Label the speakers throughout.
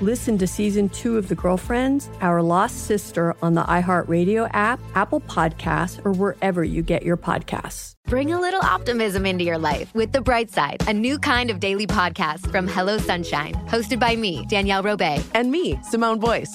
Speaker 1: Listen to season two of The Girlfriends, Our Lost Sister on the iHeartRadio app, Apple Podcasts, or wherever you get your podcasts.
Speaker 2: Bring a little optimism into your life with The Bright Side, a new kind of daily podcast from Hello Sunshine, hosted by me, Danielle Robay.
Speaker 3: And me, Simone Boyce.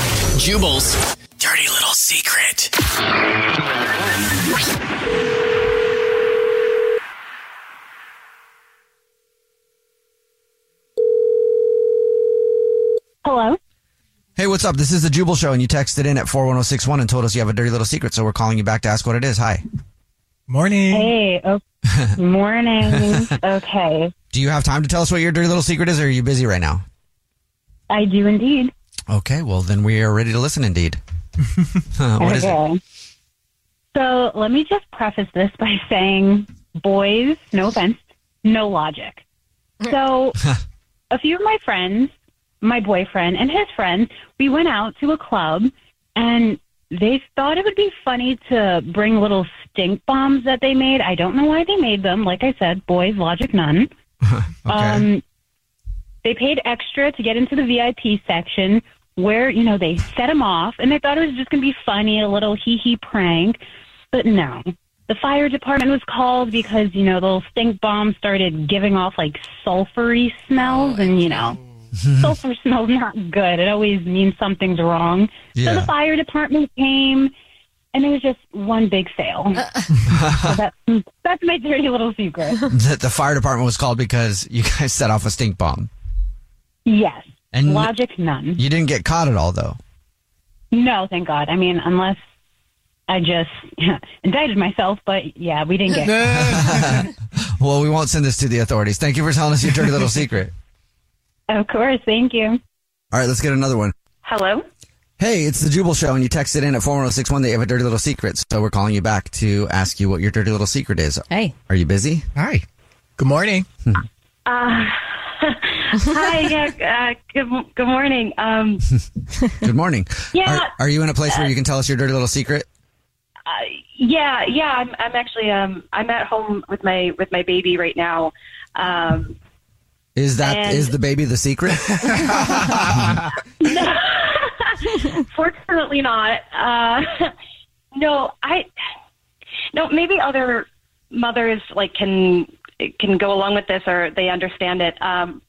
Speaker 4: Jubal's dirty little secret.
Speaker 5: Hello.
Speaker 6: Hey, what's up? This is the Jubal Show, and you texted in at 41061 and told us you have a dirty little secret, so we're calling you back to ask what it is. Hi.
Speaker 7: Morning.
Speaker 5: Hey. Oh, morning. okay.
Speaker 6: Do you have time to tell us what your dirty little secret is, or are you busy right now?
Speaker 5: I do indeed.
Speaker 6: Okay, well, then we are ready to listen indeed. Uh, what is it?
Speaker 5: okay. So let me just preface this by saying, boys, no offense, no logic. So a few of my friends, my boyfriend and his friend, we went out to a club and they thought it would be funny to bring little stink bombs that they made. I don't know why they made them. Like I said, boys, logic none. Um, they paid extra to get into the VIP section where, you know, they set him off and they thought it was just going to be funny, a little hee hee prank. But no. The fire department was called because, you know, the little stink bomb started giving off like sulfury smells and, you know, sulfur smells not good. It always means something's wrong.
Speaker 6: Yeah.
Speaker 5: So the fire department came and it was just one big fail. so that's, that's my dirty little secret.
Speaker 6: that the fire department was called because you guys set off a stink bomb.
Speaker 5: Yes.
Speaker 6: And-
Speaker 5: logic none.
Speaker 6: You didn't get caught at all, though.
Speaker 5: No, thank God. I mean, unless I just indicted myself, but yeah, we didn't get.
Speaker 6: Well, we won't send this to the authorities. Thank you for telling us your dirty little secret.
Speaker 5: of course, thank you.
Speaker 6: All right, let's get another one.
Speaker 8: Hello.
Speaker 6: Hey, it's the Jubal Show, and you texted in at 41061 that you have a dirty little secret. So we're calling you back to ask you what your dirty little secret is.
Speaker 7: Hey.
Speaker 6: Are you busy?
Speaker 7: Hi. Good morning.
Speaker 9: Uh, hi, yeah, uh, good, mo- good morning. Um,
Speaker 6: Good morning.
Speaker 9: Yeah.
Speaker 6: Are, are you in a place where you can tell us your dirty little secret?
Speaker 9: yeah, yeah, I'm, I'm actually, um, I'm at home with my, with my baby right now. Um,
Speaker 6: Is that is
Speaker 9: And-
Speaker 6: the baby the secret?
Speaker 9: fortunately not. Uh, no, I, no, maybe other mothers like can, can go along with this or they understand it. Um,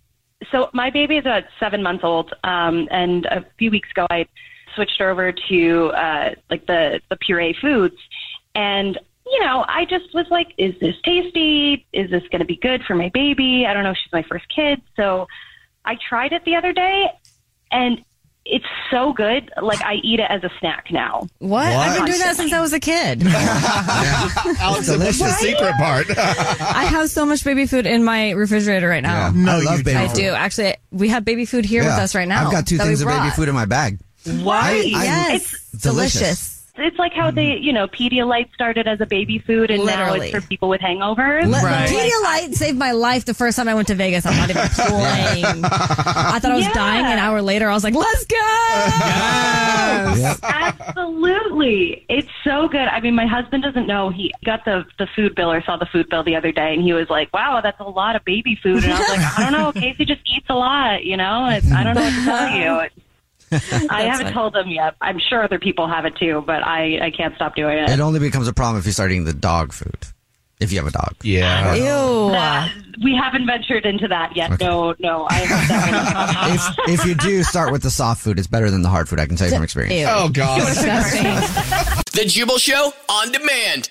Speaker 9: so my baby is a seven month old. Um, and a few weeks ago, I switched over to, uh, like the, the puree foods and you know, I just was like, is this tasty? Is this going to be good for my baby? I don't know. She's my first kid. So I tried it the other day and it's so good. Like, I eat it as a snack now.
Speaker 10: What? I've been doing that since I was a kid.
Speaker 11: Alex, what's the secret part?
Speaker 10: I have so much baby food in my refrigerator right now.
Speaker 6: Yeah. No, I love you baby
Speaker 10: I
Speaker 6: food.
Speaker 10: do. Actually, we have baby food here
Speaker 6: Yeah.
Speaker 10: with us right now.
Speaker 6: I've got two
Speaker 10: that we
Speaker 6: things of baby
Speaker 10: brought.
Speaker 6: food in my bag.
Speaker 10: Why?
Speaker 6: I- I-
Speaker 10: yes.
Speaker 6: Delicious. Mm-hmm.
Speaker 9: It's like how they, you know, Pedialyte started as a baby food and now
Speaker 10: Literally.
Speaker 9: it's for people with hangovers.
Speaker 10: Le- Pedialyte saved my life the first time I went to Vegas. I'm not even playing. I thought I was dying an hour later. I was like, let's go.
Speaker 9: Absolutely. It's so good. I mean, my husband doesn't know. He got the, the food bill or saw the food bill the other day and he was like, wow, that's a lot of baby food. And I was like, I don't know. Casey just eats a lot, you know? It's, I don't know what to tell you. I haven't
Speaker 6: funny.
Speaker 9: told them yet. I'm sure other people have it too, but I, I can't stop doing it.
Speaker 6: It only becomes a problem if you start eating the dog food. If you have a dog. Yeah.
Speaker 9: That- we haven't ventured into that yet. No, no. I have that one.
Speaker 6: If, if you do, start with the soft food. It's better than the hard food. I can tell you from experience.
Speaker 4: Oh, God.
Speaker 1: The Jubal Show on demand.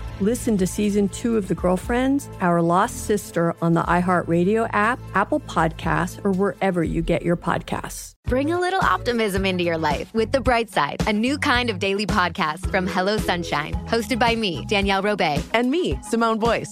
Speaker 1: Listen to season two of The Girlfriends, Our Lost Sister on the iHeartRadio app, Apple Podcasts, or wherever you get your podcasts.
Speaker 2: Bring a little optimism into your life with The Bright Side, a new kind of daily podcast from Hello Sunshine, hosted by me, Danielle Robay.
Speaker 3: And me, Simone Boyce.